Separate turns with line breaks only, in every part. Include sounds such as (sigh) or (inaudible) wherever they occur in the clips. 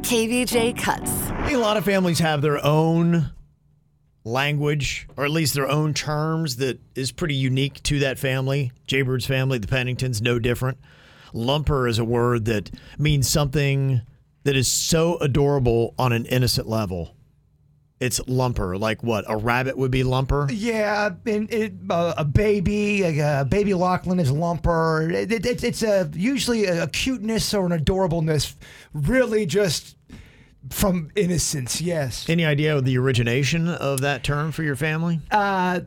KVJ cuts.
I think a lot of families have their own language, or at least their own terms that is pretty unique to that family. Jaybird's family, the Penningtons, no different. Lumper is a word that means something that is so adorable on an innocent level. It's lumper, like what a rabbit would be lumper.
Yeah, and it, uh, a baby, like a baby Lachlan is lumper. It, it, it's- it's a usually a, cuteness or an adorableness, really just from innocence. Yes,
Any idea of the origination of that term for your family?
uh,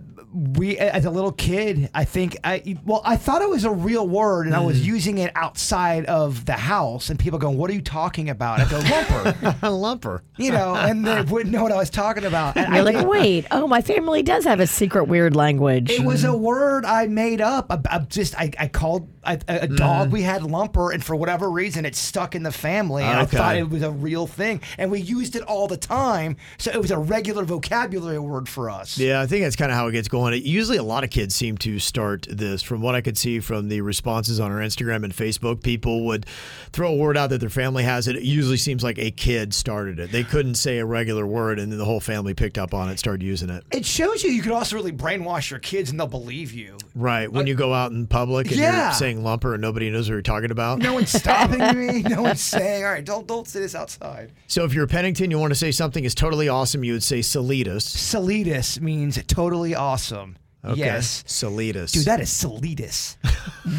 we as a little kid, I think I well, I thought it was a real word, and I was using it outside of the house, and people going, "What are you talking about?" I go, "Lumper," (laughs)
lumper.
you know, and they wouldn't know what I was talking about. And I
You're like,
think-
wait, oh, my family does have a secret weird language.
It was a
Mm-hmm.
word I made up. I, I just I, I called a, a
Mm.
dog we had lumper, and for whatever reason, it stuck in the family. And
Okay.
I thought it was a real thing, and we used it all the time, so it was a regular vocabulary word for us.
Yeah, I think that's kind of how it gets going. It, usually, a lot of kids seem to start this. From what I could see from the responses on our Instagram and Facebook, people would throw a word out that their family has it. It usually seems like a kid started it. They couldn't say a regular word, and then the whole family picked up on it, started using it.
It shows you you can also really brainwash your kids, and they'll believe you.
Right when you go out in public and
Yeah.
you're saying lumper and nobody knows what you're talking about.
No one's stopping me. No one's saying, "All right, don't don't say this outside."
So if you're Pennington, you want to say something is totally awesome. You would say Salitas.
Salitas means totally awesome.
Okay.
Yes,
Salitas.
dude, that is Salitas.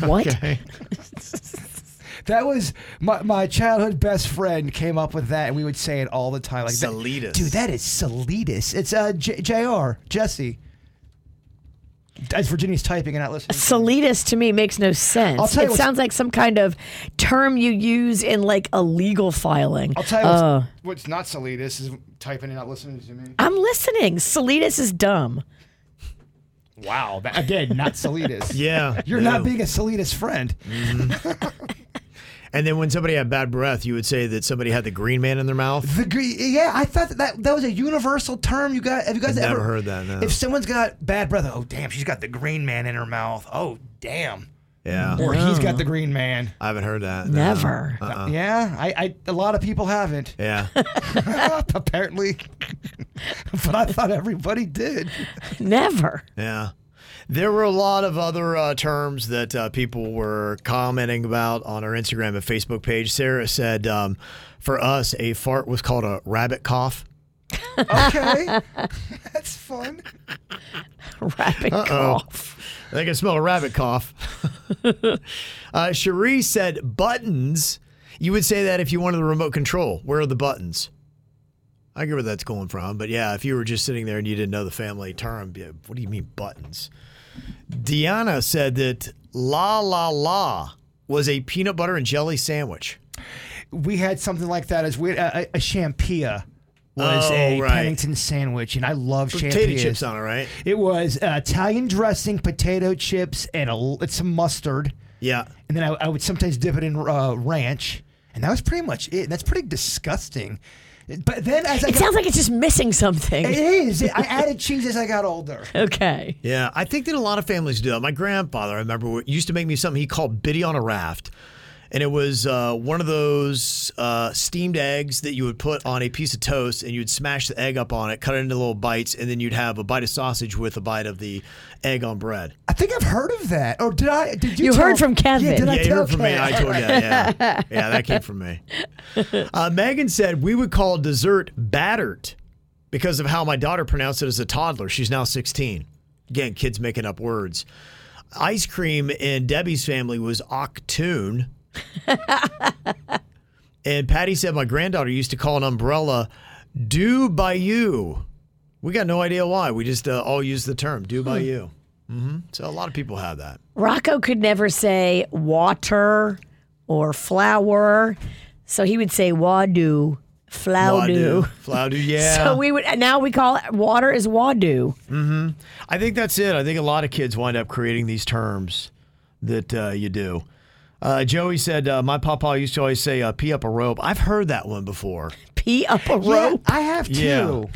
what?
Okay.
That was my, my childhood best friend came up with that, and we would say it all the time. Like that-
Salitas.
dude. That is Salitas. It's uh, J- Jr. Jesse. As Virginia's typing and not listening.
Salitas to me makes no sense.
I'll tell you
it
what's-
sounds like some kind of term you use in like a legal filing.
I'll tell you what's,
Oh.
what's not Salitas is typing and not listening to me.
I'm listening. Salitas is dumb.
Wow. That, (laughs) again, not
(laughs)
Salitas.
Yeah,
(laughs) You're not
no.
being a Salitas friend.
And then when somebody had bad breath, you would say that somebody had the green man in their mouth.
The gre- yeah, I thought that, that that was a universal term. You got have you guys
I've
ever
never heard that, no.
If someone's got bad breath, oh damn, she's got the green man in her mouth. Oh damn,
Yeah,
or he's got the green man.
I haven't heard that. no.
Never.
Uh. Yeah, I, I a lot of people haven't
Uh-uh. Yeah.
(laughs) apparently, (laughs) but I thought everybody did.
Never. (laughs)
Yeah. There were a lot of other uh, terms that uh, people were commenting about on our Instagram and Facebook page. Sarah said, um, for us, a fart was called a rabbit cough.
Okay, (laughs) that's fun.
Rabbit cough.
I can smell a rabbit cough. uh, Cherie said, buttons. You would say that if you wanted the remote control. Where are the buttons? I get where that's going from. But yeah, if you were just sitting there and you didn't know the family term, yeah, what do you mean buttons? Deanna said that La La La was a peanut butter and jelly sandwich.
We had something like that as we a, a- a champia was
Oh,
a
right.
Pennington sandwich, and I love
Potato
champias.
chips on it, right?
It was uh, Italian dressing, potato chips, and a, l- some mustard,
Yeah.
and then I, I would sometimes dip it in uh, ranch, and that was pretty much it. That's pretty disgusting. But then as I
It
got,
sounds like it's just missing something.
it is, I added cheese as I got older.
Okay.
Yeah, I think that a lot of families do that. My grandfather, I remember, w- used to make me something he called biddy on a raft. And it was uh, one of those uh, steamed eggs that you would put on a piece of toast and you'd smash the egg up on it, cut it into little bites, and then you'd have a bite of sausage with a bite of the egg on bread.
I think I've heard of that. Or did I? Did you?
You
tell-
heard from Kevin.
Yeah, did I
yeah, you
tell
heard from me.
Kevin?
I told you. Yeah, yeah, Yeah, that came from me. Uh, Megan said we would call dessert battered because of how my daughter pronounced it as a toddler. She's now 16. Again, kids making up words. Ice cream in Debbie's family was octoon. and Patty said my granddaughter used to call an umbrella "do by you." We got no idea why. We just uh, all use the term "do by you." hmm So a lot of people have that.
Rocco could never say water or flower. So he would say wadu, flaudu.
Flaudu, yeah.
So we would now we call it water is wadu.
I think that's it. I think a lot of kids wind up creating these terms that uh, you do. Uh, Joey said, uh, my papa used to always say, uh, pee up a rope. I've heard that one before.
Pee up a
Yeah,
rope.
I have
Yeah.
too.
(laughs)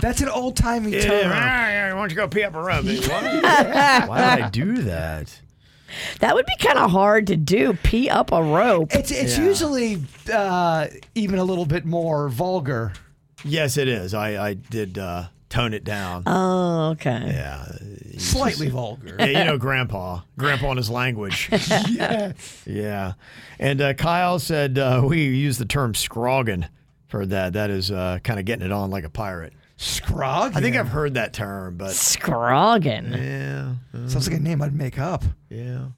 That's an old timey term.
Why don't you go pee up a rope? Why would I do that?
That would be kind of hard to do. Pee up a rope.
It's it's
Yeah.
usually uh, even a little bit more vulgar.
Yes, it is. I, I did uh, tone it down.
Oh, okay.
yeah.
Slightly
(laughs)
vulgar.
(laughs)
yeah, you know, Grandpa. Grandpa and his language.
yeah.
yeah. And uh, Kyle said uh, we use the term scroggin for that. That is uh, kind of getting it on like a pirate.
Scrog?
I think I've heard that term, but
Scroggin.
yeah,
Sounds like a name I'd make up.
yeah.